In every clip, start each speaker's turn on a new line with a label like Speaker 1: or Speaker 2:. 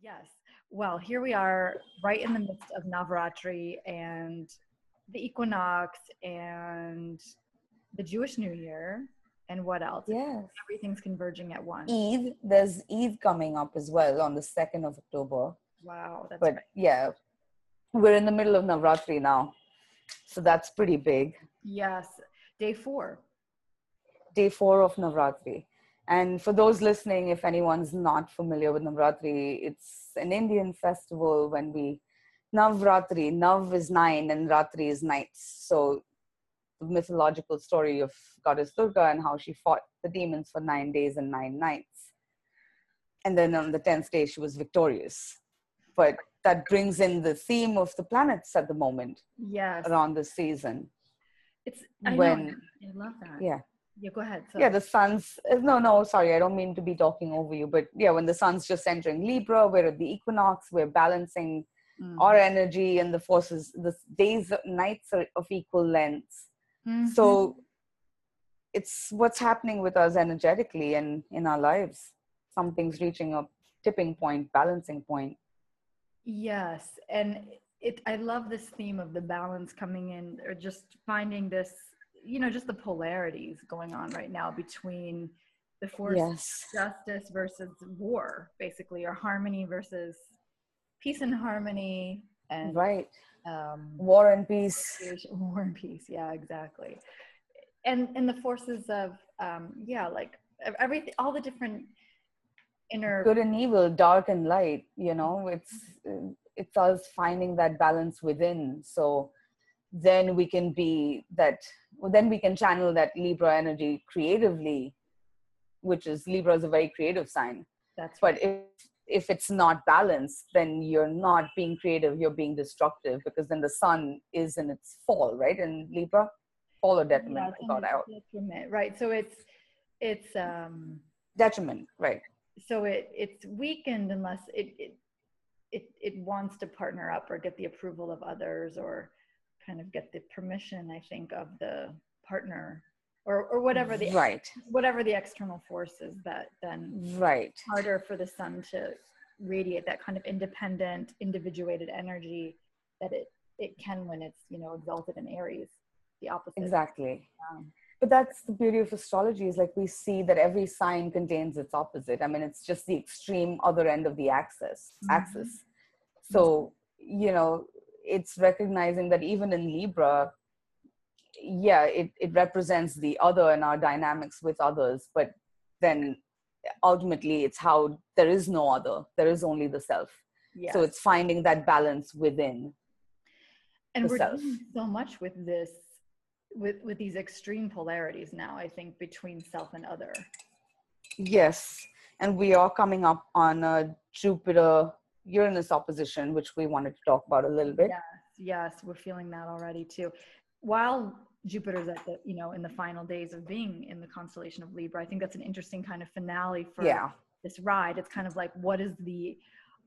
Speaker 1: Yes. Well, here we are right in the midst of Navaratri and the equinox and the Jewish New Year and what else?
Speaker 2: Yes.
Speaker 1: Everything's converging at once.
Speaker 2: Eve, there's Eve coming up as well on the 2nd of October.
Speaker 1: Wow, that's
Speaker 2: But
Speaker 1: right.
Speaker 2: yeah, we're in the middle of Navratri now. So that's pretty big.
Speaker 1: Yes. Day 4.
Speaker 2: Day four of Navratri. And for those listening, if anyone's not familiar with Navratri, it's an Indian festival when we Navratri, Nav is nine and Ratri is nights. So the mythological story of goddess Durga and how she fought the demons for nine days and nine nights. And then on the 10th day, she was victorious. But that brings in the theme of the planets at the moment
Speaker 1: Yes.
Speaker 2: around this season.
Speaker 1: It's I
Speaker 2: when-
Speaker 1: know. I love that.
Speaker 2: Yeah.
Speaker 1: Yeah, go ahead. So,
Speaker 2: yeah, the sun's uh, no, no, sorry, I don't mean to be talking over you, but yeah, when the sun's just entering Libra, we're at the equinox, we're balancing
Speaker 1: Mhm.
Speaker 2: our energy and the forces. The days, nights are of equal lengths.
Speaker 1: Mhm.
Speaker 2: So it's what's happening with us energetically and in our lives. Something's reaching a tipping point, balancing point.
Speaker 1: Yes, and it I love this theme of the balance coming in or just finding this, you know, just the polarities going on right now between the force of
Speaker 2: Yes.
Speaker 1: justice versus war, basically, or harmony versus peace and harmony and
Speaker 2: Right.
Speaker 1: um
Speaker 2: War and peace.
Speaker 1: creation- war and peace. Yeah, exactly. And and the forces of um yeah, like ev- everything all the different inner
Speaker 2: good and evil dark and light you know it's uh, it's us finding that balance within so then we can be that well, then we can channel that libra energy creatively which is libra is a very creative sign
Speaker 1: that's
Speaker 2: but if if it's not balanced then you're not being creative you're being destructive because then the sun is in its fall right in libra fall or
Speaker 1: Yeah,
Speaker 2: detriment
Speaker 1: it's
Speaker 2: I
Speaker 1: in
Speaker 2: thought
Speaker 1: the
Speaker 2: out
Speaker 1: detriment, right so it's it's um
Speaker 2: detriment right
Speaker 1: so it it's weakened unless it it it, it wants to partner up or get the approval of others or kind of get the permission i think of the partner or or whatever the
Speaker 2: right
Speaker 1: whatever the external force is that then
Speaker 2: right
Speaker 1: it's harder for the sun to radiate that kind of independent individuated energy that it it can when it's you know exalted in aries the opposite
Speaker 2: exactly
Speaker 1: Um,
Speaker 2: but that's the beauty of astrology is like we see that every sign contains its opposite i mean it's just the extreme other end of the axis
Speaker 1: Mhm.
Speaker 2: axis so you know it's recognizing that even in libra yeah it, it represents the other and our dynamics with others but then ultimately it's how there is no other there is only the self
Speaker 1: yeah
Speaker 2: so it's finding that balance within
Speaker 1: and
Speaker 2: the
Speaker 1: we're
Speaker 2: self.
Speaker 1: doing so much with this with with these extreme polarities now i think between self and other
Speaker 2: Yes, and we are coming up on a Jupiter Uranus opposition, which we wanted to talk about a little bit.
Speaker 1: yes yes we're feeling that already too while jupiter's at the you know in the final days of being in the constellation of libra i think that's an interesting kind of finale for
Speaker 2: Yeah,
Speaker 1: this ride it's kind of like what is the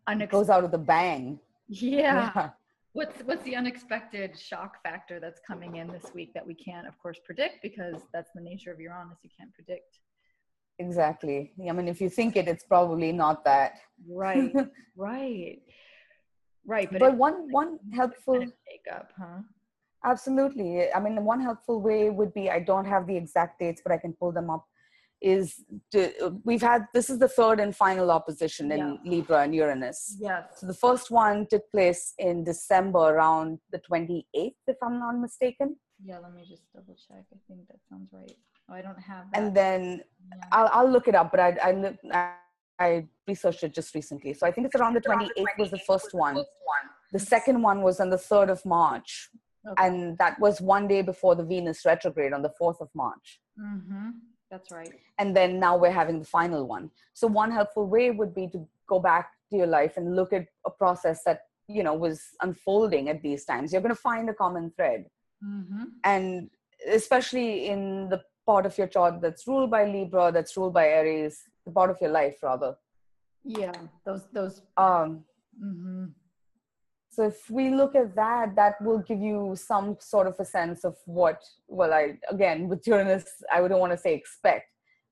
Speaker 2: it goes
Speaker 1: unexpected
Speaker 2: out with a bang.
Speaker 1: yeah what's what's the unexpected shock factor that's coming in this week that we can't of course predict because that's the nature of uranus you can't predict
Speaker 2: exactly. I mean, if you think it, it's probably not that.
Speaker 1: right Right. Right. But,
Speaker 2: but
Speaker 1: it
Speaker 2: one one helpful,
Speaker 1: kind of makeup, huh?
Speaker 2: absolutely. I mean, one helpful way would be I don't have the exact dates, but I can pull them up. Is to, we've had this is the third and final opposition in Libra and Uranus.
Speaker 1: Yes.
Speaker 2: So the first one took place in December around the 28th, if I'm not mistaken.
Speaker 1: Yeah, let me just double check. I think that sounds right. Oh, I don't have that.
Speaker 2: And then
Speaker 1: Yeah.
Speaker 2: I'll, I'll look it up, but I, I, li- I, I researched it just recently. So I think it's around the 28th was the first one. The second one was on the 3rd of March.
Speaker 1: Okay.
Speaker 2: And that was one day before the Venus retrograde on the 4th of March.
Speaker 1: mm-hmm. That's right.
Speaker 2: And then now we're having the final one. So one helpful way would be to go back to your life and look at a process that, you know, was unfolding at these times. You're going to find a common thread.
Speaker 1: Mm-hmm.
Speaker 2: and especially in the part of your chart that's ruled by libra that's ruled by aries the part of your life rather
Speaker 1: Yeah. Those those
Speaker 2: um
Speaker 1: mm-hmm.
Speaker 2: so if we look at that that will give you some sort of a sense of what well i again with uranus i wouldn't want to say expect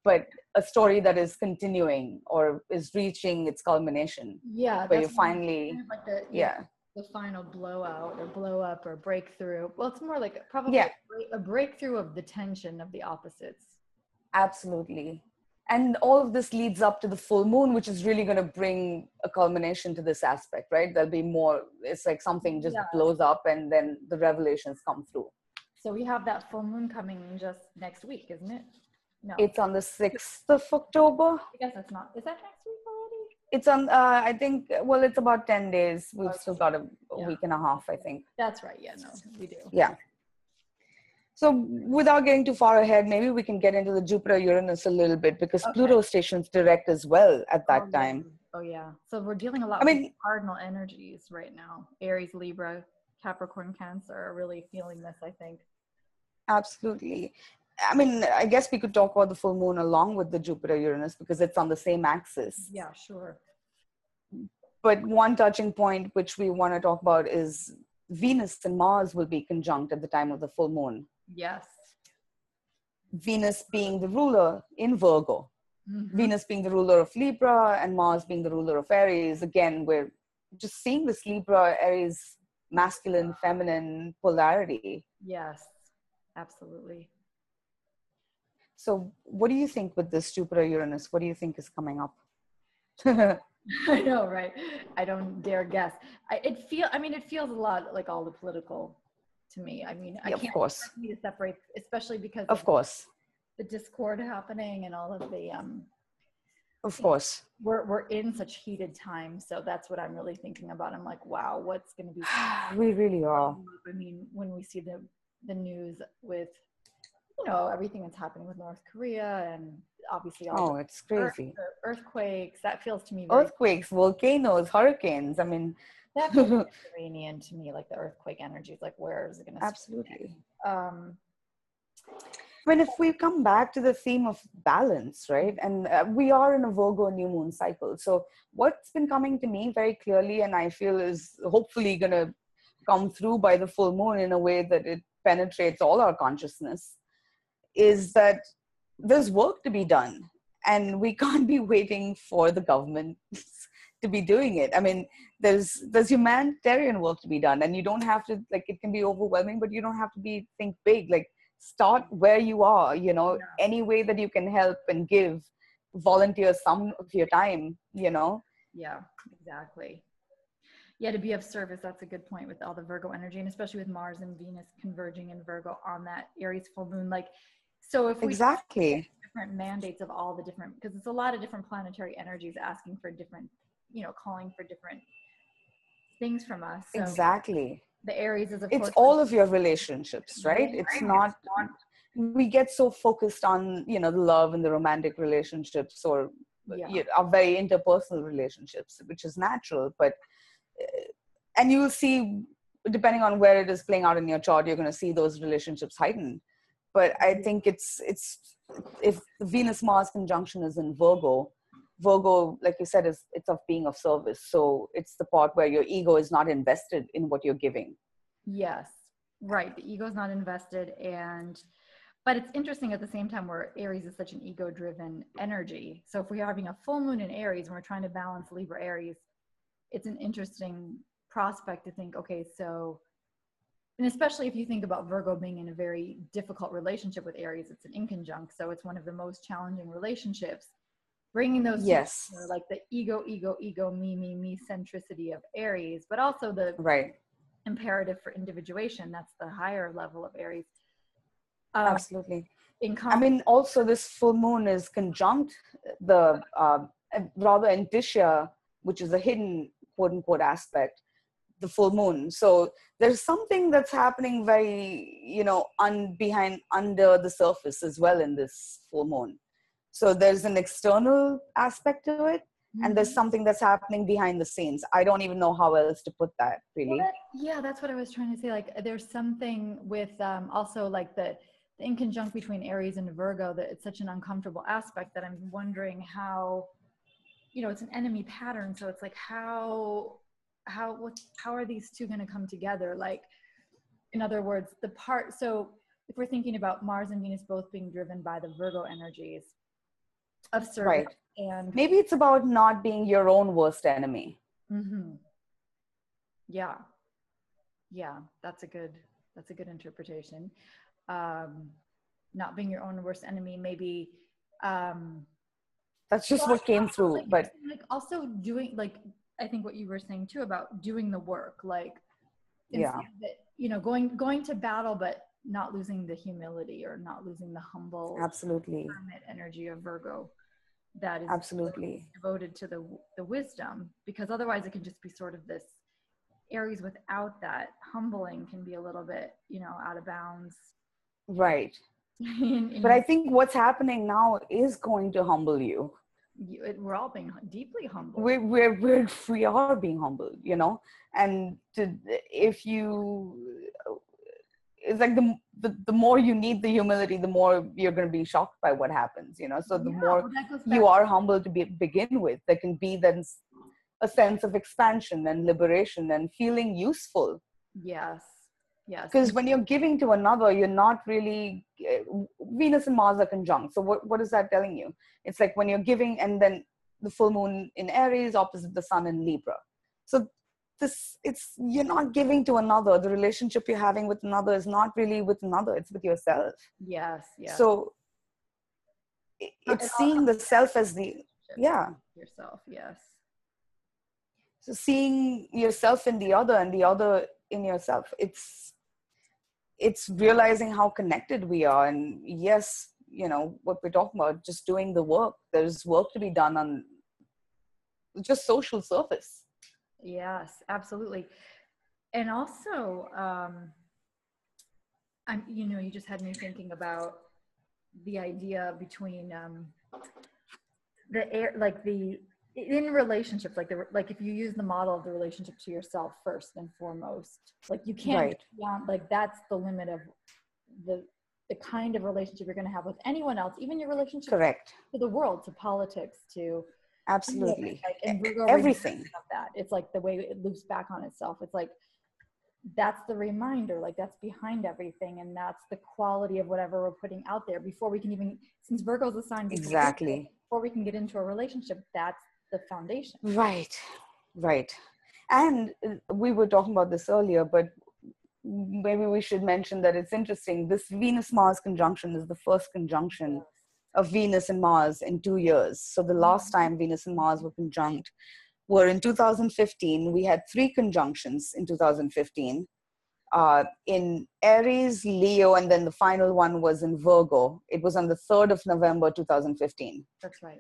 Speaker 2: but a story that is continuing or is reaching its culmination
Speaker 1: yeah
Speaker 2: where you
Speaker 1: that's kind
Speaker 2: finally
Speaker 1: of like the
Speaker 2: yeah
Speaker 1: the final blowout or blow up or breakthrough well it's more like probably
Speaker 2: Yeah.
Speaker 1: a break- a breakthrough of the tension of the opposites
Speaker 2: absolutely and all of this leads up to the full moon which is really going to bring a culmination to this aspect right there'll be more it's like something just
Speaker 1: Yeah.
Speaker 2: blows up and then the revelations come through
Speaker 1: so we have that full moon coming just next week isn't it no
Speaker 2: it's on the 6th of october
Speaker 1: i guess that's not is that next week already
Speaker 2: it's on uh, i think well it's about 10 days we've
Speaker 1: Okay.
Speaker 2: still got a, a
Speaker 1: Yeah.
Speaker 2: week and a half i think
Speaker 1: that's right yeah no we do
Speaker 2: yeah so without getting too far ahead maybe we can get into the jupiter uranus a little bit because
Speaker 1: Okay.
Speaker 2: pluto stations direct as well at that
Speaker 1: Oh, yeah.
Speaker 2: time
Speaker 1: Oh yeah. So we're dealing a lot.
Speaker 2: I
Speaker 1: with
Speaker 2: mean-
Speaker 1: cardinal energies right now. Aries, Libra, Capricorn, Cancer are really feeling this. I think.
Speaker 2: absolutely i mean i guess we could talk about the full moon along with the jupiter uranus because it's on the same axis
Speaker 1: Yeah, sure.
Speaker 2: but one touching point which we want to talk about is venus and mars will be conjunct at the time of the full moon
Speaker 1: Yes.
Speaker 2: venus being the ruler in virgo
Speaker 1: Mhm.
Speaker 2: Venus being the ruler of Libra and Mars being the ruler of Aries. Again, we're just seeing this Libra Aries masculine feminine polarity.
Speaker 1: Yes. Absolutely.
Speaker 2: So, what do you think with this Jupiter Uranus? What do you think is coming up?
Speaker 1: I know, right? I don't dare guess. I, it feel. I mean, it feels a lot like all the political to me. I mean, I
Speaker 2: Yeah, of
Speaker 1: can't
Speaker 2: course.
Speaker 1: expect me to separate, especially because
Speaker 2: of course,
Speaker 1: the discord happening and all of the um.
Speaker 2: of course.
Speaker 1: We're we're in such heated times, so that's what I'm really thinking about. I'm like, wow, what's going to be
Speaker 2: we really are.
Speaker 1: I mean, when we see the the news with you know everything that's happening with North Korea and obviously all
Speaker 2: Oh, it's
Speaker 1: the earth-
Speaker 2: crazy.
Speaker 1: the earthquakes, that feels to me very
Speaker 2: Earthquakes, volcanoes, hurricanes. I mean,
Speaker 1: that feels Mediterranean to me, like the earthquake energy. It's like where is it going to?
Speaker 2: absolutely.
Speaker 1: Um,
Speaker 2: I mean, if we come back to the theme of balance, right? And uh, we are in a Virgo new moon cycle. So, what's been coming to me very clearly, and I feel is hopefully going to come through by the full moon in a way that it penetrates all our consciousness, is that there's work to be done. And we can't be waiting for the government to be doing it. I mean, there's there's humanitarian work to be done, and you don't have to like it can be overwhelming, but you don't have to be think big. Like start where you are you know
Speaker 1: Yeah.
Speaker 2: any way that you can help and give volunteer some of your time you know
Speaker 1: yeah, exactly. Yeah, to be of service, that's a good point with all the Virgo energy, and especially with Mars and Venus converging in Virgo on that Aries full moon. Like, so if we
Speaker 2: exactly
Speaker 1: different mandates of all the different because it's a lot of different planetary energies asking for different you know calling for different things from us so
Speaker 2: exactly
Speaker 1: the aries is of
Speaker 2: it's
Speaker 1: course
Speaker 2: all of your relationships right
Speaker 1: Yeah,
Speaker 2: it's
Speaker 1: right.
Speaker 2: not we get so focused on you know the love and the romantic relationships or
Speaker 1: yeah,
Speaker 2: you know, our very interpersonal relationships which is natural but uh, and you will see depending on where it is playing out in your chart you're going to see those relationships heighten but
Speaker 1: Mm-hmm.
Speaker 2: i think it's it's if the venus mars conjunction is in virgo virgo like you said is it's of being of service so it's the part where your ego is not invested in what you're giving
Speaker 1: yes right the ego's not invested and but it's interesting at the same time where aries is such an ego driven energy so if we're having a full moon in aries and we're trying to balance libra aries it's an interesting prospect to think okay so and especially if you think about virgo being in a very difficult relationship with aries it's an inconjunct so it's one of the most challenging relationships bringing those two
Speaker 2: Yes.
Speaker 1: together, like the ego ego ego me me me centricity of aries but also the
Speaker 2: right
Speaker 1: imperative for individuation that's the higher level of aries um,
Speaker 2: absolutely
Speaker 1: in
Speaker 2: i mean also this full moon is conjunct the uh, rather indicia which is a hidden quote unquote aspect the full moon so there's something that's happening very you know un behind under the surface as well in this full moon so there's an external aspect to it and
Speaker 1: Mm-hmm.
Speaker 2: there's something that's happening behind the scenes i don't even know how else to put that
Speaker 1: Well,
Speaker 2: really
Speaker 1: that- yeah, that's what I was trying to say. Like, there's something with um, also like the, the in conjunct between Aries and Virgo that it's such an uncomfortable aspect that I'm wondering how, you know, it's an enemy pattern. So it's like how, how, what, how are these two going to come together? Like, in other words, the part. So if we're thinking about Mars and Venus both being driven by the Virgo energies, of service
Speaker 2: Right.
Speaker 1: and
Speaker 2: Maybe it's about not being your own worst enemy.
Speaker 1: hmm yeah yeah that's a good that's a good interpretation um not being your own worst enemy maybe um
Speaker 2: That's just
Speaker 1: Well,
Speaker 2: what came
Speaker 1: also,
Speaker 2: through.
Speaker 1: like,
Speaker 2: But
Speaker 1: like also doing like i think what you were saying too about doing the work like
Speaker 2: Yeah.
Speaker 1: instead of it- you know going going to battle but not losing the humility or not losing the humble
Speaker 2: absolutely,
Speaker 1: hermit energy of virgo that is
Speaker 2: absolutely.
Speaker 1: devoted to the w- the wisdom because otherwise it can just be sort of this aries without that humbling can be a little bit you know out of bounds
Speaker 2: Right.
Speaker 1: in, in
Speaker 2: But I think what's happening now is going to humble you.
Speaker 1: you, it, we're all being deeply humble
Speaker 2: we're, we're, we're we are being humbled you know and to, if you it's like the, the the more you need the humility the more you're going to be shocked by what happens you know so the
Speaker 1: Yeah,
Speaker 2: more
Speaker 1: well, that goes back
Speaker 2: you are humble to be, begin with there can be then s- a sense of expansion and liberation and feeling useful
Speaker 1: Yes. Yes.
Speaker 2: because when you're giving to another you're not really eh, venus and mars are conjunct so what, what is that telling you it's like when you're giving and then the full moon in aries opposite the sun in libra so this it's you're not giving to another the relationship you're having with another is not really with another it's with yourself
Speaker 1: yes. Yes.
Speaker 2: so i-
Speaker 1: Uh,
Speaker 2: it's
Speaker 1: it all
Speaker 2: seeing the self as the yeah
Speaker 1: yourself. Yes.
Speaker 2: so seeing yourself in the other and the other in yourself it's it's realizing how connected we are and yes you know what we're talking about just doing the work there's work to be done on just social surface
Speaker 1: Yes. Absolutely. And also, um, I'm, you know, you just had me thinking about the idea between um, the air, like the, in relationships, like the, like if you use the model of the relationship to yourself first and foremost, like you can't,
Speaker 2: Right.
Speaker 1: get beyond, like that's the limit of the, the kind of relationship you're going to have with anyone else, even your relationship
Speaker 2: correct
Speaker 1: to the world, to politics, to
Speaker 2: absolutely E
Speaker 1: like, and Virgo reminds
Speaker 2: everything
Speaker 1: us of that. It's like the way it loops back on itself. It's like that's the reminder, like that's behind everything, and that's the quality of whatever we're putting out there before we can even, since Virgo's a sign, before-
Speaker 2: exactly
Speaker 1: Before we can get into a relationship, that's the foundation.
Speaker 2: right right and uh, we were talking about this earlier but maybe we should mention that it's interesting this venus mars conjunction is the first conjunction of Venus and Mars in two years. So the last time Venus and Mars were conjunct were in 2015. We had three conjunctions in 2015 uh, in Aries, Leo, and then the final one was in Virgo. It was on the 3rd of November 2015.
Speaker 1: That's right.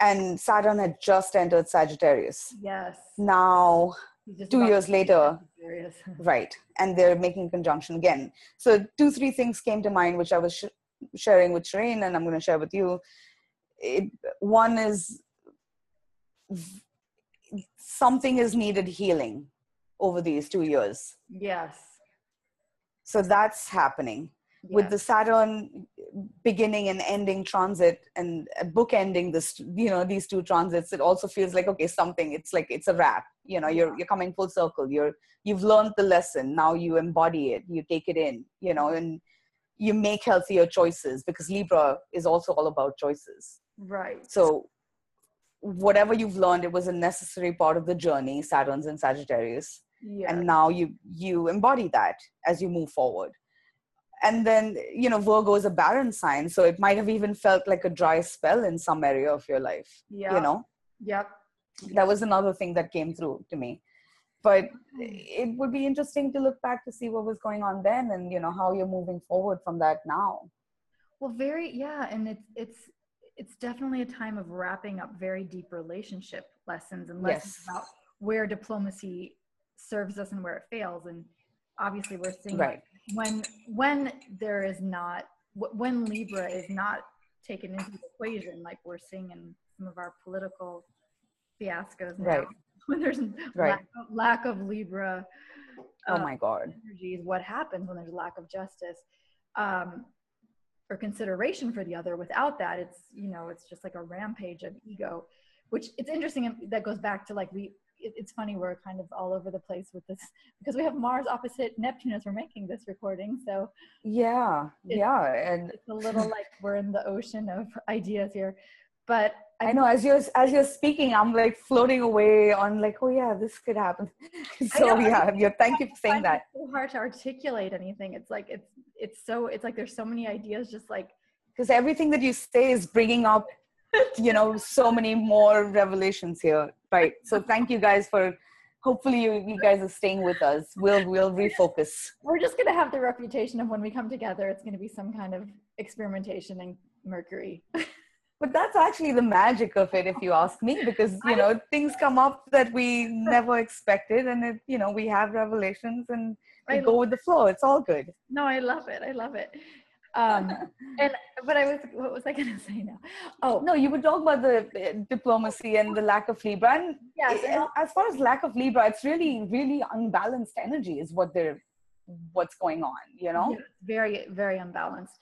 Speaker 2: And Saturn had just entered Sagittarius.
Speaker 1: Yes.
Speaker 2: Now,
Speaker 1: He's just
Speaker 2: Mm, two
Speaker 1: about to
Speaker 2: years
Speaker 1: be
Speaker 2: later-
Speaker 1: Sagittarius.
Speaker 2: Right. And they're making conjunction again. So, two, three things came to mind, which I was sh- sharing with Shireen, and I'm going to share with you. It, one is v- something is needed healing over these two years.
Speaker 1: yes.
Speaker 2: So, that's happening with
Speaker 1: Yes.
Speaker 2: the Saturn beginning and ending transit and bookending this, you know, these two transits, it also feels like okay, something. It's like it's a wrap. You know, you're you're coming full circle. You're you've learned the lesson. Now you embody it. You take it in. You know, and you make healthier choices because Libra is also all about choices.
Speaker 1: right.
Speaker 2: So whatever you've learned, it was a necessary part of the journey. Saturn's in Sagittarius
Speaker 1: Yeah.
Speaker 2: and now you you embody that as you move forward and then you know virgo is a barren sign so it might have even felt like a dry spell in some area of your life
Speaker 1: yeah.
Speaker 2: you know
Speaker 1: Yep.
Speaker 2: that was another thing that came through to me but it would be interesting to look back to see what was going on then and you know how you're moving forward from that now
Speaker 1: Well, very yeah, and it's it's it's definitely a time of wrapping up very deep relationship lessons and lessons
Speaker 2: Yes.
Speaker 1: about where diplomacy serves us and where it fails. And obviously, we're seeing
Speaker 2: right
Speaker 1: when when there is not wh- when Libra is not taken into the equation, like we're seeing in some of our political fiascos now,
Speaker 2: Right.
Speaker 1: when there's
Speaker 2: Right.
Speaker 1: lack, of, lack of Libra
Speaker 2: oh
Speaker 1: uh,
Speaker 2: my god
Speaker 1: energies, what happens when there's lack of justice um, or consideration for the other. Without that, it's you know it's just like a rampage of ego, which it's interesting. and That goes back to like we it, it's funny we're kind of all over the place with this because we have Mars opposite Neptune as we're making this recording. So
Speaker 2: yeah,
Speaker 1: It's-
Speaker 2: yeah, and
Speaker 1: it's a little like we're in the ocean of ideas here. But
Speaker 2: I know as you're as you're speaking, I'm like floating away on like, oh yeah, this could happen. so
Speaker 1: know.
Speaker 2: yeah, yeah, thank you for saying
Speaker 1: find
Speaker 2: that.
Speaker 1: It's so hard to articulate anything. It's like it's it's so it's like there's so many ideas just like
Speaker 2: because everything that you say is bringing up you know so many more revelations here right so thank you guys for hopefully you, you guys are staying with us we'll we'll refocus
Speaker 1: we're just gonna have the reputation of when we come together, it's gonna be some kind of experimentation in Mercury.
Speaker 2: but that's actually the magic of it if you ask me because you know things come up that we never expected and it you know we have revelations and we
Speaker 1: I
Speaker 2: go with the flow it's all good
Speaker 1: No, I love it. I love it. Um, and but I was what was I gonna say now? Oh
Speaker 2: no you would talk about the uh, diplomacy and the lack of libra and
Speaker 1: yes, and
Speaker 2: a- as far as lack of libra it's really really unbalanced energy is what they're what's going on you know
Speaker 1: Yeah, it's very very unbalanced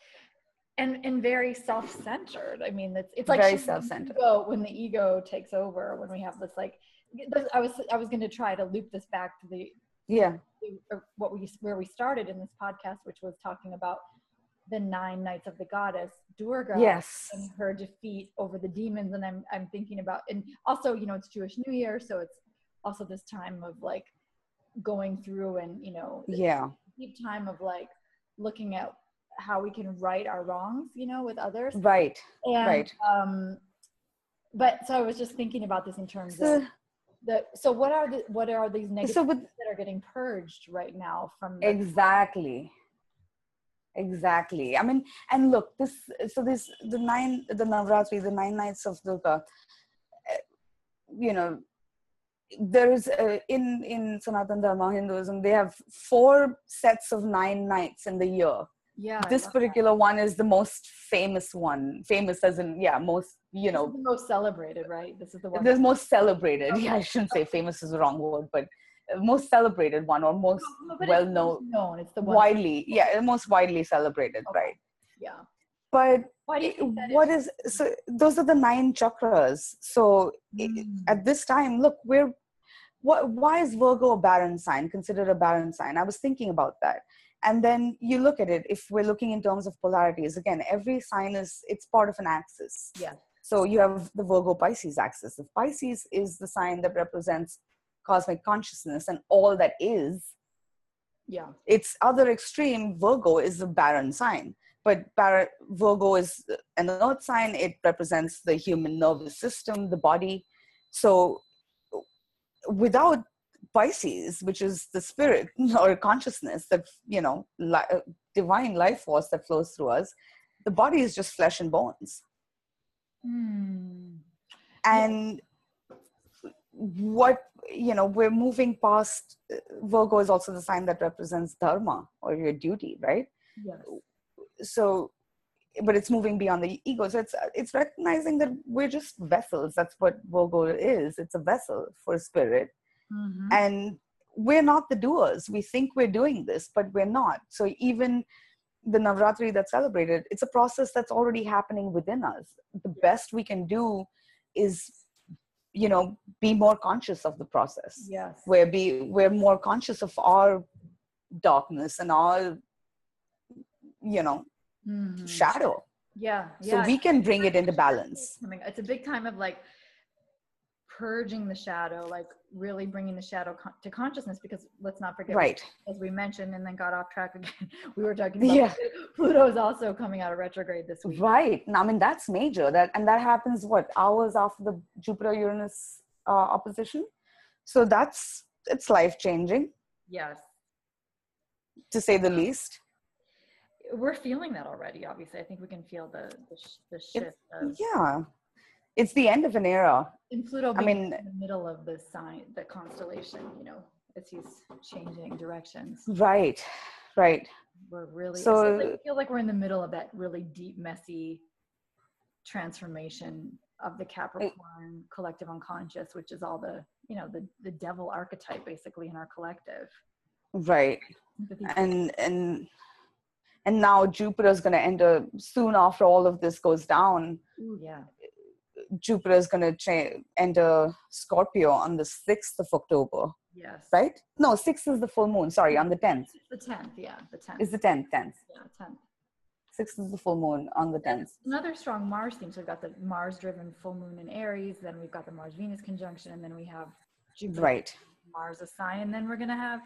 Speaker 1: and and very self-centered i mean it's it's like
Speaker 2: Very
Speaker 1: when the
Speaker 2: self-centered.
Speaker 1: ego- when the ego takes over when we have this like this- i was i was going to try to loop this back to the
Speaker 2: yeah
Speaker 1: the- what we where we started in this podcast which was talking about the nine knights of the goddess durga
Speaker 2: yes
Speaker 1: and her defeat over the demons and i'm i'm thinking about and also you know it's jewish new year so it's also this time of like going through and you know
Speaker 2: yeah
Speaker 1: deep time of like looking at how we can right our wrongs, you know, with others.
Speaker 2: right
Speaker 1: And,
Speaker 2: right.
Speaker 1: Um, but so I was just thinking about this in terms
Speaker 2: so,
Speaker 1: of the. So what are the what are these negatives
Speaker 2: so with
Speaker 1: that are getting purged right now from? The,
Speaker 2: exactly exactly i mean and look this so this the nine the navratri the nine nights of durga eh, you know there is uh, in in sanatan dharma hinduism they have four sets of nine nights in the year
Speaker 1: yeah, I
Speaker 2: this
Speaker 1: love that.
Speaker 2: particular one is the most famous one famous as in yeah most you
Speaker 1: This is
Speaker 2: know
Speaker 1: the most celebrated, right? This is the one.
Speaker 2: the most celebrated yeah i shouldn't say famous is the wrong word but uh, most celebrated one or most
Speaker 1: No, but it's
Speaker 2: well
Speaker 1: the
Speaker 2: known
Speaker 1: most known. It's the one.
Speaker 2: widely yeah the most widely celebrated
Speaker 1: Okay.
Speaker 2: right
Speaker 1: Yeah.
Speaker 2: but
Speaker 1: Why do you
Speaker 2: it-
Speaker 1: think that
Speaker 2: what is so those are the nine chakras so
Speaker 1: is?
Speaker 2: it-
Speaker 1: Mm.
Speaker 2: at this time look we're what, why is virgo a barren sign considered a barren sign i was thinking about that and then you look at it if we're looking in terms of polarities again every sign is it's part of an axis
Speaker 1: Yeah.
Speaker 2: so you have the virgo pisces axis the pisces is the sign that represents cosmic consciousness and all that is
Speaker 1: yeah.
Speaker 2: its other extreme virgo is a barren sign but bar- virgo is an earth sign it represents the human nervous system the body so without pisces which is the spirit or consciousness that you know li- uh, divine life force that flows through us the body is just flesh and bones
Speaker 1: Mm.
Speaker 2: and what you know we're moving past uh, virgo is also the sign that represents dharma or your duty right
Speaker 1: Yes.
Speaker 2: so but it's moving beyond the ego so it's it's recognizing that we're just vessels that's what virgo is it's a vessel for spirit
Speaker 1: Mhm.
Speaker 2: and we're not the doers we think we're doing this but we're not so even the navratri that's celebrated it's a process that's already happening within us the best we can do is you know be more conscious of the process
Speaker 1: yes.
Speaker 2: where be we're more conscious of our darkness and our you know
Speaker 1: Mhm.
Speaker 2: shadow
Speaker 1: Yeah.
Speaker 2: so
Speaker 1: Yeah.
Speaker 2: we can bring it into
Speaker 1: It's
Speaker 2: balance
Speaker 1: coming- It's a big time of like purging the shadow, like really bringing the shadow con- to consciousness. Because let's not forget,
Speaker 2: right
Speaker 1: as we mentioned, and then got off track again. We were talking about
Speaker 2: Yeah.
Speaker 1: Pluto is also coming out of retrograde this week.
Speaker 2: right Now, i mean that's major that and that happens what hours after the jupiter uranus uh, opposition so that's it's life changing
Speaker 1: Yes,
Speaker 2: to say the least
Speaker 1: we're feeling that already. Obviously, I think we can feel the the, sh- the shift of
Speaker 2: yeah it's the end of an era
Speaker 1: and Pluto.
Speaker 2: I
Speaker 1: Being
Speaker 2: mean-
Speaker 1: in the middle of the sign, the constellation. You know, as he's changing directions,
Speaker 2: right right
Speaker 1: we're really
Speaker 2: Hmm. So-
Speaker 1: so, I feel like we're in the middle of that really deep, messy transformation of the Capricorn collective unconscious, which is all the you know the the devil archetype basically in our collective.
Speaker 2: right
Speaker 1: But these-
Speaker 2: and and and now jupiter's going to enter soon after all of this goes down
Speaker 1: Ooh, yeah,
Speaker 2: Jupiter is going to cha- enter Scorpio on the 6th of October,
Speaker 1: Yes.
Speaker 2: right? No, 6th is the full moon. Sorry, on the 10th.
Speaker 1: The tenth, yeah, the tenth.
Speaker 2: It's the 10th, 10th.
Speaker 1: yeah, tenth.
Speaker 2: 6th is the full moon on the 10th.
Speaker 1: Another strong Mars theme. So we've got the Mars-driven full moon in Aries. Then we've got the Mars-Venus conjunction, and then we have Jupiter
Speaker 2: Right.
Speaker 1: Mars a sign, and then we're going to have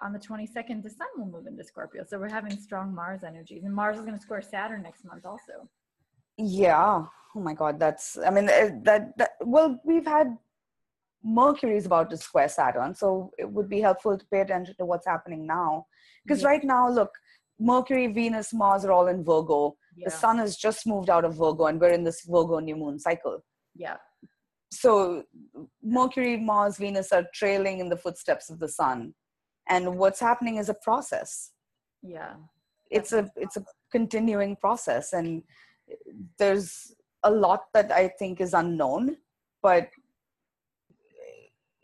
Speaker 1: on the 22nd, the sun will move into Scorpio. So we're having strong Mars energies, and Mars is going to square Saturn next month also.
Speaker 2: Yeah. Oh my God. That's, I mean, eh, that, that, well, we've had Mercury is about to square Saturn. So it would be helpful to pay attention to what's happening now. Because
Speaker 1: Yeah.
Speaker 2: right now, look, Mercury, Venus, Mars are all in Virgo.
Speaker 1: Yeah,
Speaker 2: The sun has just moved out of Virgo and we're in this Virgo new moon cycle.
Speaker 1: yeah,
Speaker 2: So Mercury, Mars, Venus are trailing in the footsteps of the sun. And what's happening is a process
Speaker 1: yeah,
Speaker 2: it's a it's a continuing process and there's a lot that i think is unknown but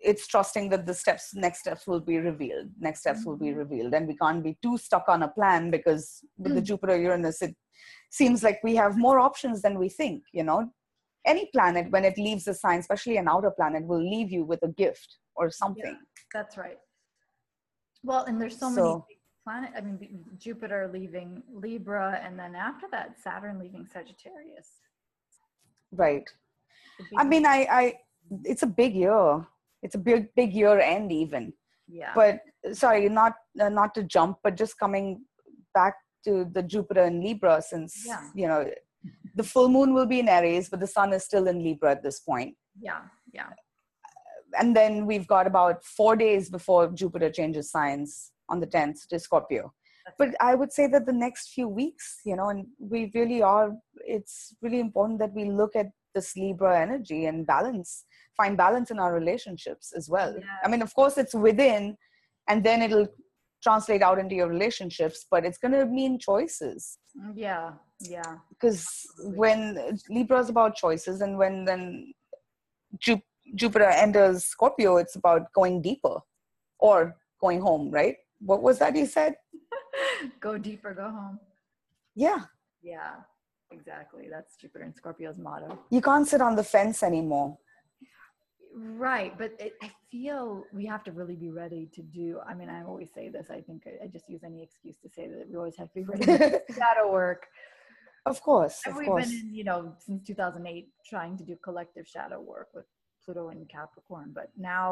Speaker 2: it's trusting that the steps next steps will be revealed next steps will be revealed and we can't be too stuck on a plan because with the
Speaker 1: Mm.
Speaker 2: jupiter uranus it seems like we have more options than we think you know any planet when it leaves the sign especially an outer planet will leave you with a gift or something
Speaker 1: that's right. Well, and there's so, many
Speaker 2: So-
Speaker 1: big planet. I mean, be- Jupiter leaving Libra, and then after that, Saturn leaving Sagittarius.
Speaker 2: right
Speaker 1: The big-
Speaker 2: I mean, I, I, it's a big year. It's a big, big year end even.
Speaker 1: yeah,
Speaker 2: But sorry, not uh, not to jump, but just coming back to the Jupiter and Libra, since
Speaker 1: Yeah.
Speaker 2: you know, the full moon will be in Aries, but the sun is still in Libra at this point.
Speaker 1: yeah, yeah,
Speaker 2: And then we've got about four days before Jupiter changes signs on the 10th to Scorpio.
Speaker 1: That's
Speaker 2: But I would say that the next few weeks, you know, and we really are, it's really important that we look at this Libra energy and balance, find balance in our relationships as well. I
Speaker 1: Yeah.
Speaker 2: mean, of course, it's within and then it'll translate out into your relationships, but it's going to mean choices
Speaker 1: yeah, yeah.
Speaker 2: because
Speaker 1: Absolutely.
Speaker 2: when Libra is about choices, and when then Ju- Jupiter enters Scorpio, it's about going deeper or going home, right? What was that you said?
Speaker 1: go deep or go home.
Speaker 2: Yeah,
Speaker 1: Yeah, exactly. That's Jupiter and Scorpio's motto.
Speaker 2: you can't sit on the fence anymore.
Speaker 1: Right, but it, I feel we have to really be ready to do. I mean, I always say this. I think I, I just use any excuse to say that we always have to be ready to do shadow work.
Speaker 2: of course,
Speaker 1: And
Speaker 2: of
Speaker 1: we've
Speaker 2: course.
Speaker 1: been, in, you know, since 2008, trying to do collective shadow work with Pluto and Capricorn. But now,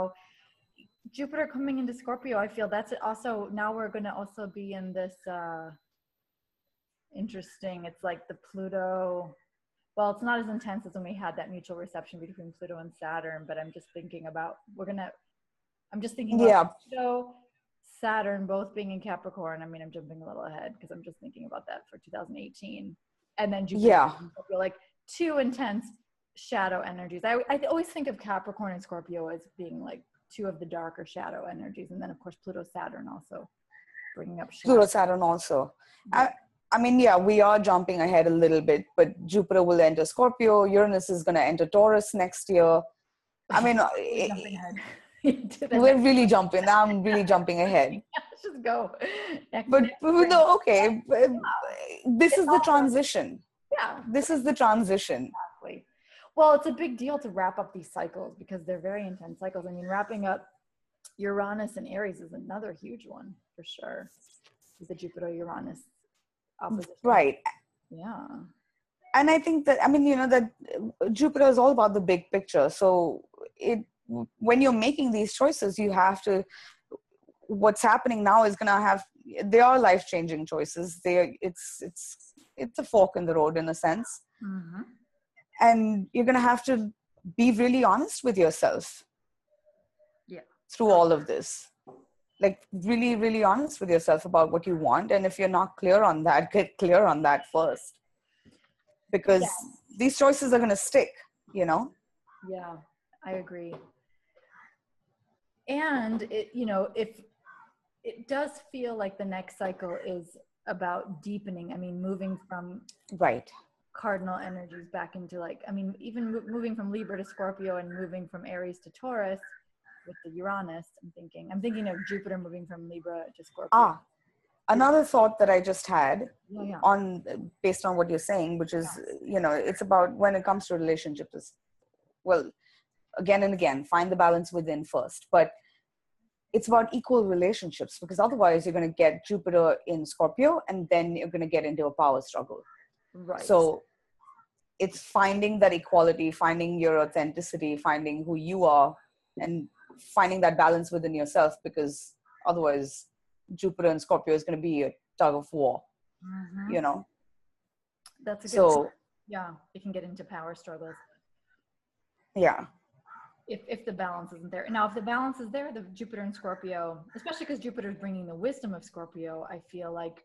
Speaker 1: Jupiter coming into Scorpio, I feel that's also now we're going to also be in this uh, interesting. It's like the Pluto. Well, it's not as intense as when we had that mutual reception between Pluto and Saturn. But I'm just thinking about we're gonna. I'm just thinking. about
Speaker 2: yeah,
Speaker 1: Pluto, Saturn both being in Capricorn. I mean, I'm jumping a little ahead because I'm just thinking about that for 2018. And then Jupiter,
Speaker 2: Yeah.
Speaker 1: and Scorpio, like two intense shadow energies. I, I always think of Capricorn and Scorpio as being like two of the darker shadow energies. And then, of course, Pluto, Saturn also bringing up shadow.
Speaker 2: Pluto Saturn also. I, I mean, yeah, we are jumping ahead a little bit, but Jupiter will enter Scorpio. Uranus is going to enter Taurus next year. I mean,
Speaker 1: We're
Speaker 2: i-
Speaker 1: jumping ahead. to the
Speaker 2: we're
Speaker 1: next-
Speaker 2: really jumping. I'm really jumping ahead.
Speaker 1: Let's just go. Next-
Speaker 2: but
Speaker 1: next
Speaker 2: but
Speaker 1: thing.
Speaker 2: no okay but this is the transition
Speaker 1: Yeah.
Speaker 2: this is the transition
Speaker 1: Exactly. Well, it's a big deal to wrap up these cycles because they're very intense cycles. I mean, wrapping up Uranus and Aries is another huge one for sure. The Jupiter Uranus opposition.
Speaker 2: right
Speaker 1: Yeah.
Speaker 2: and i think that i mean you know that uh, jupiter is all about the big picture so it when you're making these choices you have to what's happening now is going to have they are life changing choices they are, it's it's it's a fork in the road in a sense
Speaker 1: Mm-hmm.
Speaker 2: and you're going to have to be really honest with yourself
Speaker 1: Yeah.
Speaker 2: through all of this like really really honest with yourself about what you want and if you're not clear on that get clear on that first because these choices are going to stick you know
Speaker 1: Yeah, I agree. And it, you know, if it does feel like the next cycle is about deepening, I mean, moving from
Speaker 2: right
Speaker 1: cardinal energies back into like i mean even mo- moving from libra to scorpio and moving from aries to taurus with the uranus i'm thinking i'm thinking of jupiter moving from libra to scorpio
Speaker 2: ah another thought that i just had
Speaker 1: Oh, yeah.
Speaker 2: on based on what you're saying which is you know it's about when it comes to relationships is well again and again find the balance within first but it's about equal relationships because otherwise you're going to get jupiter in scorpio and then you're going to get into a power struggle
Speaker 1: Right.
Speaker 2: so it's finding that equality finding your authenticity finding who you are and finding that balance within yourself because otherwise jupiter and scorpio is going to be a tug of war
Speaker 1: Mhm.
Speaker 2: you know
Speaker 1: that's a good
Speaker 2: so
Speaker 1: yeah, you can get into power struggles
Speaker 2: yeah
Speaker 1: if, if the balance isn't there. Now, if the balance is there, the Jupiter and Scorpio, especially because Jupiter is bringing the wisdom of Scorpio, I feel like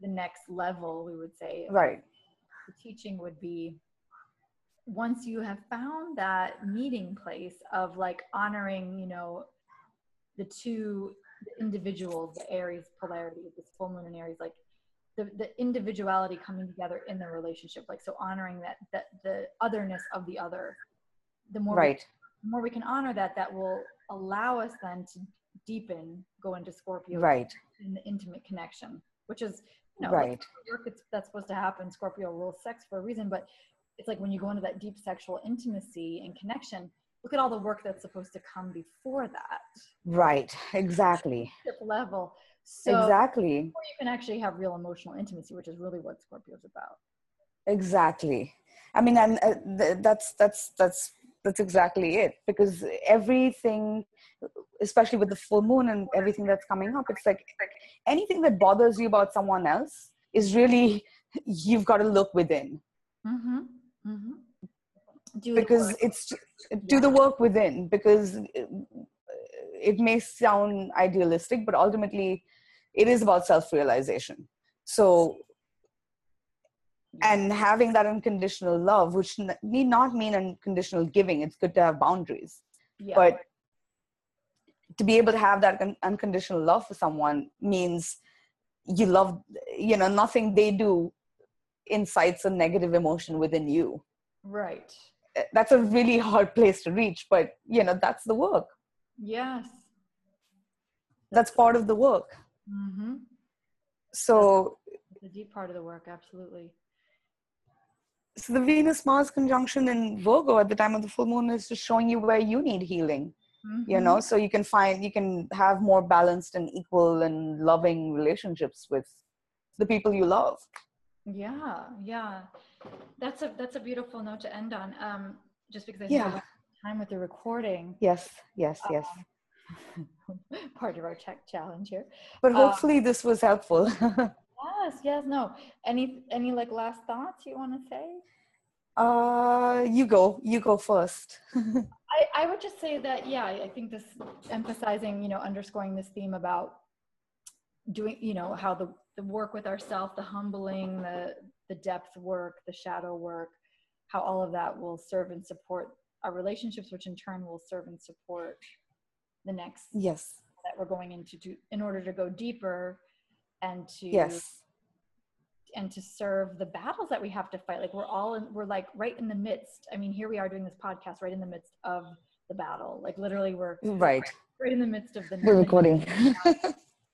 Speaker 1: the next level, we would say,
Speaker 2: right
Speaker 1: the teaching would be once you have found that meeting place of like honoring, you know, the two individuals, the Aries polarity, this full moon in Aries, like the, the individuality coming together in the relationship, like so honoring that that the otherness of the other. The more we-
Speaker 2: right
Speaker 1: the more we can honor that, that will allow us then to deepen, go into Scorpio
Speaker 2: right
Speaker 1: in the intimate connection, which is you know like,
Speaker 2: right
Speaker 1: work it's that's supposed to happen scorpio rules sex for a reason but it's like when you go into that deep sexual intimacy and connection look at all the work that's supposed to come before that
Speaker 2: right exactly
Speaker 1: tip level so
Speaker 2: exactly
Speaker 1: before you can actually have real emotional intimacy which is really what scorpio's about
Speaker 2: exactly i mean and uh, th- that's that's that's that's exactly it because everything especially with the full moon and everything that's coming up it's like anything that bothers you about someone else is really you've got to look within
Speaker 1: mm-hmm. Mm-hmm. Do the
Speaker 2: because
Speaker 1: work.
Speaker 2: it's do the work within because it, it may sound idealistic but ultimately it is about self-realization so and having that unconditional love which n- need not mean unconditional giving it's good to have boundaries
Speaker 1: yeah.
Speaker 2: but to be able to have that un- unconditional love for someone means you love you know nothing they do incites a negative emotion within you
Speaker 1: right
Speaker 2: Uh, that's a really hard place to reach but you know that's the work
Speaker 1: yes
Speaker 2: that's part of the work
Speaker 1: mm-hmm.
Speaker 2: so
Speaker 1: it's a deep part of the work absolutely
Speaker 2: so the venus mars conjunction in virgo at the time of the full moon is just showing you where you need healing you
Speaker 1: Mhm.
Speaker 2: know so you can find you can have more balanced and equal and loving relationships with the people you love
Speaker 1: Yeah, yeah. That's a that's a beautiful note to end on. Um, just because I
Speaker 2: Yeah.
Speaker 1: have time with the recording,
Speaker 2: yes yes yes
Speaker 1: part of our tech challenge here.
Speaker 2: but
Speaker 1: uh,
Speaker 2: hopefully this was helpful
Speaker 1: Yes, yes, no. Any any like last thoughts you want to say?
Speaker 2: uh you go you go first
Speaker 1: I, I would just say that yeah, I I think this emphasizing, you know, underscoring this theme about doing, you know, how the the work with ourself, the humbling, the the depth work, the shadow work, how all of that will serve and support our relationships, which in turn will serve and support the next
Speaker 2: yes
Speaker 1: that we're going into to, in order to go deeper and to
Speaker 2: yes
Speaker 1: and to serve the battles that we have to fight. Like we're all in, we're like right in the midst. I mean, here we are doing this podcast right in the midst of the battle. Like literally, we're
Speaker 2: right
Speaker 1: right in the midst of the.
Speaker 2: we're recording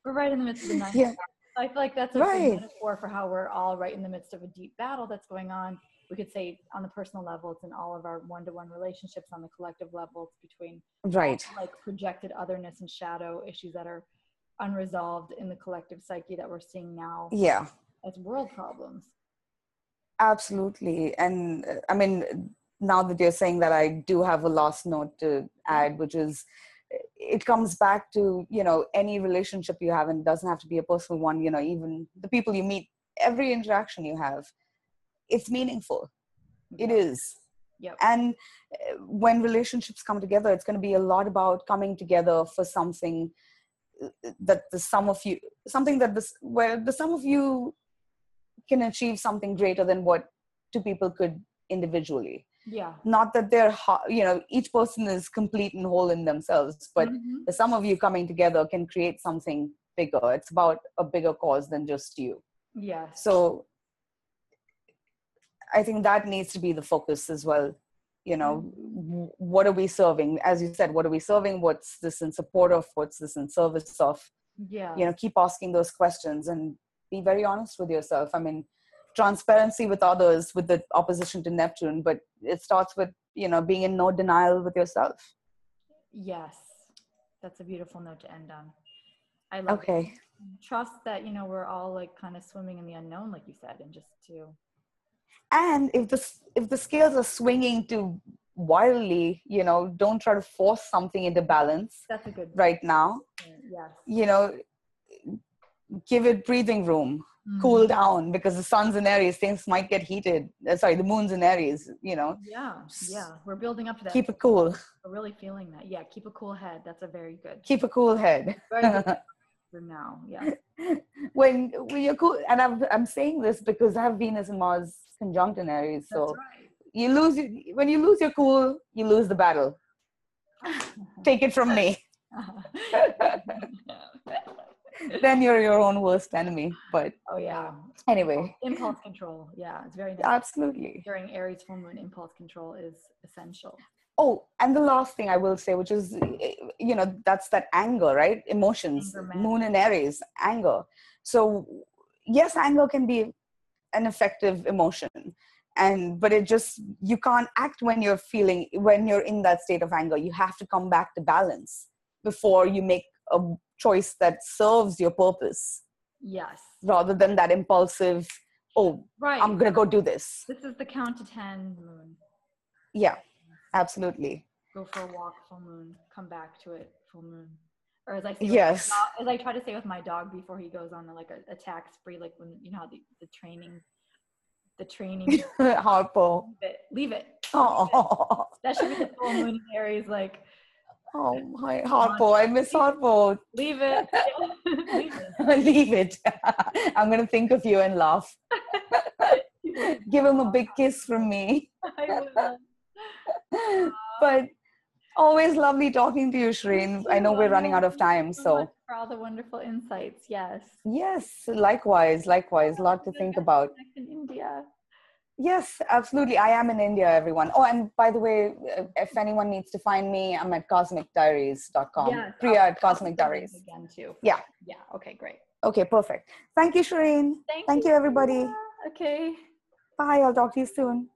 Speaker 1: We're right in the midst of the night.
Speaker 2: yeah
Speaker 1: I feel like that's a
Speaker 2: Right.
Speaker 1: good metaphor for how we're all right in the midst of a deep battle that's going on. We could say on the personal level, it's in all of our one-to-one relationships. On the collective level, it's between
Speaker 2: right
Speaker 1: like projected otherness and shadow issues that are unresolved in the collective psyche that we're seeing now
Speaker 2: yeah
Speaker 1: as world problems.
Speaker 2: Absolutely. And uh, I mean, now that you're saying that, I do have a last note to add, which is uh, it comes back to, you know, any relationship you have and it doesn't have to be a personal one, you know, even the people you meet, every interaction you have, it's meaningful. It is.
Speaker 1: Yep.
Speaker 2: And uh, when relationships come together, it's going to be a lot about coming together for something uh, that the sum of you, something that this, where the sum of you can achieve something greater than what two people could individually.
Speaker 1: Yeah.
Speaker 2: Not that they're, ho- you know, each person is complete and whole in themselves, but
Speaker 1: Mhm.
Speaker 2: the sum of you coming together can create something bigger. It's about a bigger cause than just you.
Speaker 1: yes.
Speaker 2: So I think that needs to be the focus as well. You know, w- what are we serving? As you said, what are we serving? What's this in support of? What's this in service of?
Speaker 1: yeah
Speaker 2: you know keep asking those questions and be very honest with yourself i mean transparency with others with the opposition to neptune but it starts with you know being in no denial with yourself
Speaker 1: yes that's a beautiful note to end on i love it.
Speaker 2: okay
Speaker 1: trust that you know we're all like kind of swimming in the unknown like you said and just to
Speaker 2: and if the s- if the scales are swinging too wildly you know don't try to force something into balance
Speaker 1: that's a good
Speaker 2: right now
Speaker 1: point. yes
Speaker 2: you know give it breathing room
Speaker 1: Mhm.
Speaker 2: cool down because the sun's in aries things might get heated Uh, sorry the moon's in aries you know
Speaker 1: yeah yeah we're building up to that
Speaker 2: keep it cool
Speaker 1: we're really feeling that yeah keep a cool head that's a very good
Speaker 2: keep a cool head
Speaker 1: very good for now yeah
Speaker 2: when, when you're cool and I'm, I'm saying this because i have venus and mars conjunct in aries so
Speaker 1: that's
Speaker 2: you lose y- when you lose your cool you lose the battle take it from me
Speaker 1: right
Speaker 2: then you're your own worst enemy but
Speaker 1: oh yeah
Speaker 2: anyway
Speaker 1: impulse control yeah it's very nice
Speaker 2: absolutely
Speaker 1: during aries full moon impulse control is essential
Speaker 2: oh and the last thing i will say which is eh, you know that's that anger right emotions
Speaker 1: Anger man-
Speaker 2: moon in aries anger so yes anger can be an effective emotion and but it just you can't act when you're feeling when you're in that state of anger you have to come back to balance before you make a choice that serves your purpose
Speaker 1: yes
Speaker 2: rather than that impulsive oh
Speaker 1: right
Speaker 2: i'm gonna go do this
Speaker 1: this is the count to 10 moon
Speaker 2: yeah absolutely
Speaker 1: go for a walk full moon come back to it full moon or as i say with my
Speaker 2: yes
Speaker 1: dog- as i try to say with my dog before he goes on like a attack spree like when you know how the, the training the training leave
Speaker 2: harpo
Speaker 1: it leave it
Speaker 2: oh
Speaker 1: that should be the full moon in aries like
Speaker 2: Oh my Harpo, I miss Harpo.
Speaker 1: leave it leave it
Speaker 2: Leave it. I'm gonna think of you and laugh. Give him a big kiss from me.
Speaker 1: I will.
Speaker 2: But always lovely talking to you, Shreen. I know we're running out of time,
Speaker 1: Thank you so much
Speaker 2: so
Speaker 1: for all the wonderful insights yes
Speaker 2: yes, likewise, likewise, lot to think about.
Speaker 1: Back in india
Speaker 2: Yes, absolutely. I am in India, everyone. Oh, and by the way, uh, if anyone needs to find me, I'm at cosmicdiaries.com.
Speaker 1: Yes,
Speaker 2: Priya
Speaker 1: I'll-
Speaker 2: at Cosmic
Speaker 1: I'll do this
Speaker 2: Diaries.
Speaker 1: again too
Speaker 2: Yeah.
Speaker 1: yeah okay great
Speaker 2: Okay, perfect. Thank you, Shreen.
Speaker 1: thank,
Speaker 2: Thank you, everybody.
Speaker 1: okay
Speaker 2: Bye. I'll talk to you soon.